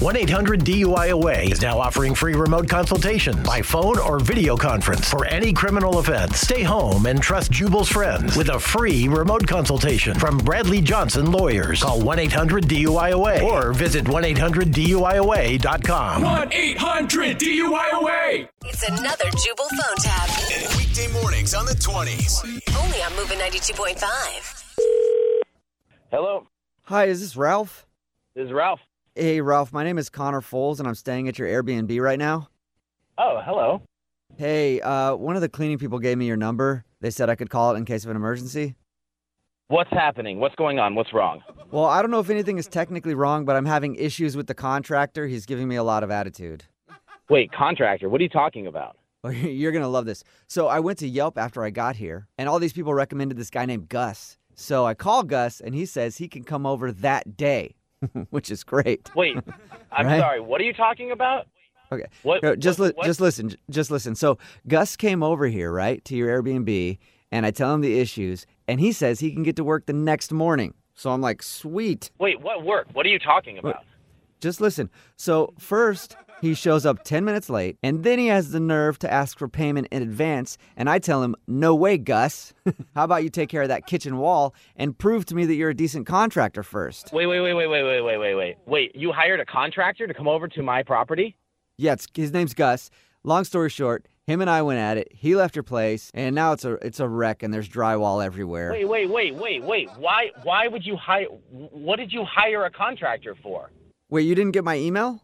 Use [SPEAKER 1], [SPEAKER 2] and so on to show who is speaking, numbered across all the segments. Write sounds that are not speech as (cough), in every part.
[SPEAKER 1] 1 800 DUIOA is now offering free remote consultations by phone or video conference for any criminal offense. Stay home and trust Jubal's friends with a free remote consultation from Bradley Johnson Lawyers. Call 1 800 DUIOA or visit 1 800 DUIOA.com.
[SPEAKER 2] 1 800 DUIOA.
[SPEAKER 3] It's another Jubal phone tab.
[SPEAKER 4] Weekday mornings on the 20s.
[SPEAKER 3] Only on Moving 92.5.
[SPEAKER 5] Hello,
[SPEAKER 6] Hi, is this Ralph?
[SPEAKER 5] this is Ralph.
[SPEAKER 6] Hey, Ralph, my name is Connor Foles, and I'm staying at your Airbnb right now.
[SPEAKER 5] Oh, hello.
[SPEAKER 6] Hey, uh, one of the cleaning people gave me your number. They said I could call it in case of an emergency.
[SPEAKER 5] What's happening? What's going on? What's wrong?
[SPEAKER 6] Well, I don't know if anything is technically wrong, but I'm having issues with the contractor. He's giving me a lot of attitude. (laughs)
[SPEAKER 5] Wait, contractor, what are you talking about?
[SPEAKER 6] Well, You're going to love this. So, I went to Yelp after I got here, and all these people recommended this guy named Gus. So, I call Gus, and he says he can come over that day, (laughs) which is great.
[SPEAKER 5] Wait, I'm
[SPEAKER 6] Right.
[SPEAKER 5] sorry. What are you talking about?
[SPEAKER 6] Okay.
[SPEAKER 5] What-
[SPEAKER 6] No, just
[SPEAKER 5] what-
[SPEAKER 6] li-
[SPEAKER 5] what-
[SPEAKER 6] just listen. j- Just listen. So Gus came over here, right, to your Airbnb, and I tell him the issues, and he says he can get to work the next morning. So I'm like, sweet.
[SPEAKER 5] Wait, what work? What are you talking about?
[SPEAKER 6] Just listen. So first he shows up 10 minutes late, and then he has the nerve to ask for payment in advance, and I tell him, "No way, Gus. (laughs) How about you take care of that kitchen wall and prove to me that you're a decent contractor first?
[SPEAKER 5] Wait, wait, wait, wait, wait, wait, wait, wait, wait. Wait, you hired a contractor to come over to my property?
[SPEAKER 6] Yeah, it's, his name's Gus. Long story short, him and I went at it. He left your place, and now it's a it's a wreck, and there's drywall everywhere.
[SPEAKER 5] Wait, wait, wait, wait, wait. Why why would you hire what did you hire a contractor for?
[SPEAKER 6] Wait, you didn't get my email?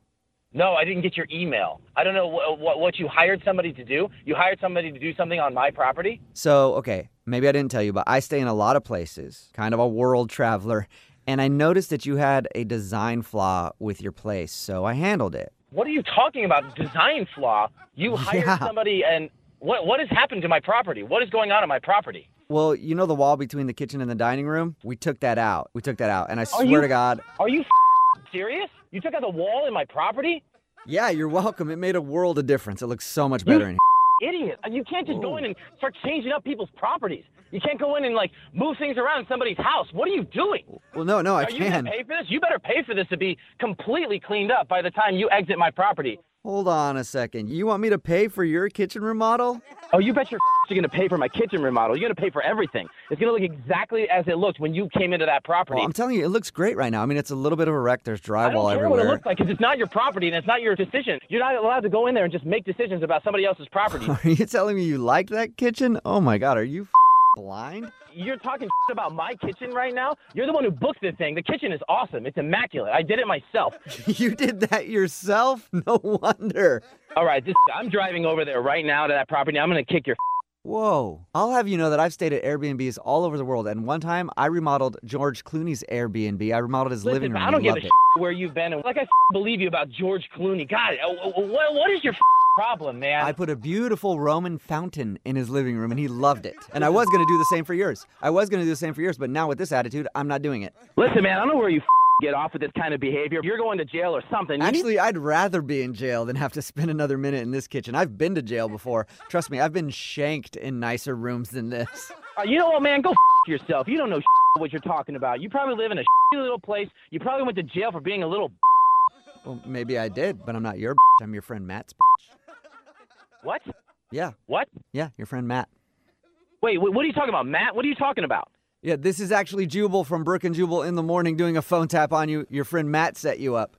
[SPEAKER 5] No, I didn't get your email. I don't know what what, what you hired somebody to do. You hired somebody to do something on my property?
[SPEAKER 6] So, okay, maybe I didn't tell you, but I stay in a lot of places, kind of a world traveler, and I noticed that you had a design flaw with your place, so I handled it.
[SPEAKER 5] What are you talking about? Design flaw? You hired
[SPEAKER 6] Yeah.
[SPEAKER 5] somebody and what what has happened to my property? What is going on in my property?
[SPEAKER 6] Well, you know the wall between the kitchen and the dining room? We took that out. We took that out, and I swear
[SPEAKER 5] you-
[SPEAKER 6] to God,
[SPEAKER 5] Are you f- serious? You took out the wall in my property?
[SPEAKER 6] yeah, you're welcome. It made a world of difference. It looks so much better in here.
[SPEAKER 5] Idiot. You can't just go in and start changing up people's properties. You can't go in and like move things around in somebody's house. What are you doing?
[SPEAKER 6] Well, no, no, I
[SPEAKER 5] Are you going
[SPEAKER 6] can.
[SPEAKER 5] to pay for this? You better pay for this to be completely cleaned up by the time you exit my property.
[SPEAKER 6] Hold on a second. You want me to pay for your kitchen remodel?
[SPEAKER 5] Oh, you bet your f- you're going to pay for my kitchen remodel. You're going to pay for everything. It's going to look exactly as it looked when you came into that property.
[SPEAKER 6] Well, I'm telling you, it looks great right now. I mean, it's a little bit of a wreck. There's
[SPEAKER 5] I don't
[SPEAKER 6] drywall
[SPEAKER 5] care
[SPEAKER 6] everywhere.
[SPEAKER 5] what it looks like because it's not your property and it's not your decision. You're not allowed to go in there and just make decisions about somebody else's
[SPEAKER 6] (laughs)
[SPEAKER 5] property.
[SPEAKER 6] Are you telling me you like that kitchen? Oh my god, are you f- blind? (laughs)
[SPEAKER 5] You're talking about my kitchen right now. You're the one who booked this thing. The kitchen is awesome. It's immaculate. I did it myself.
[SPEAKER 6] you did that yourself? (laughs) No wonder.
[SPEAKER 5] All right, this, I'm driving over there right now to that property. I'm gonna kick your.
[SPEAKER 6] Whoa. I'll have you know that I've stayed at Airbnbs all over the world, and one time I remodeled George Clooney's Airbnb. I remodeled his
[SPEAKER 5] Listen,
[SPEAKER 6] living room.
[SPEAKER 5] I
[SPEAKER 6] He
[SPEAKER 5] don't give a
[SPEAKER 6] loved it.
[SPEAKER 5] where you've been. And like I believe you about George Clooney. God, uh, what, what is your problem, man?
[SPEAKER 6] I put a beautiful Roman fountain in his living room and he loved it. And I was going to do the same for yours. I was going to do the same for yours, but now with this attitude, I'm not doing it.
[SPEAKER 5] Listen, man, I don't know where you get off with this kind of behavior. You're going to jail or something. You need-
[SPEAKER 6] Actually, I'd rather be in jail than have to spend another minute in this kitchen. I've been to jail before. Trust me, I've been shanked in nicer rooms than this.
[SPEAKER 5] Uh, you know what, man? Go f- yourself. You don't know what you're talking about. You probably live in a little place. You probably went to jail for being a little.
[SPEAKER 6] Well, maybe I did, but I'm not your. I'm your friend Matt's.
[SPEAKER 5] What?
[SPEAKER 6] Yeah,
[SPEAKER 5] What?
[SPEAKER 6] yeah, your friend Matt.
[SPEAKER 5] Wait, wh- what are you talking about, Matt? What are you talking about?
[SPEAKER 6] Yeah, this is actually Jubal from Brook and Jubal in the morning doing a phone tap on you. Your friend Matt set you up.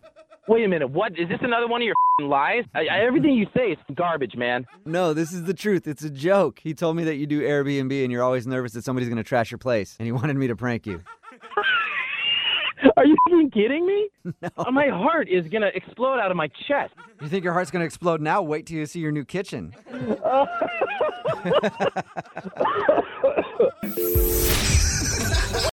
[SPEAKER 5] Wait a minute. What is this? Another one of your f***ing lies? I, I, everything you say is garbage, man. (laughs)
[SPEAKER 6] No, this is the truth. It's a joke. He told me that you do Airbnb and you're always nervous that somebody's going to trash your place, and he (laughs) wanted me to prank you.
[SPEAKER 5] Are you f***ing kidding me? No. My heart is gonna explode out of my chest.
[SPEAKER 6] You think your heart's going to explode now? Wait till you see your new kitchen.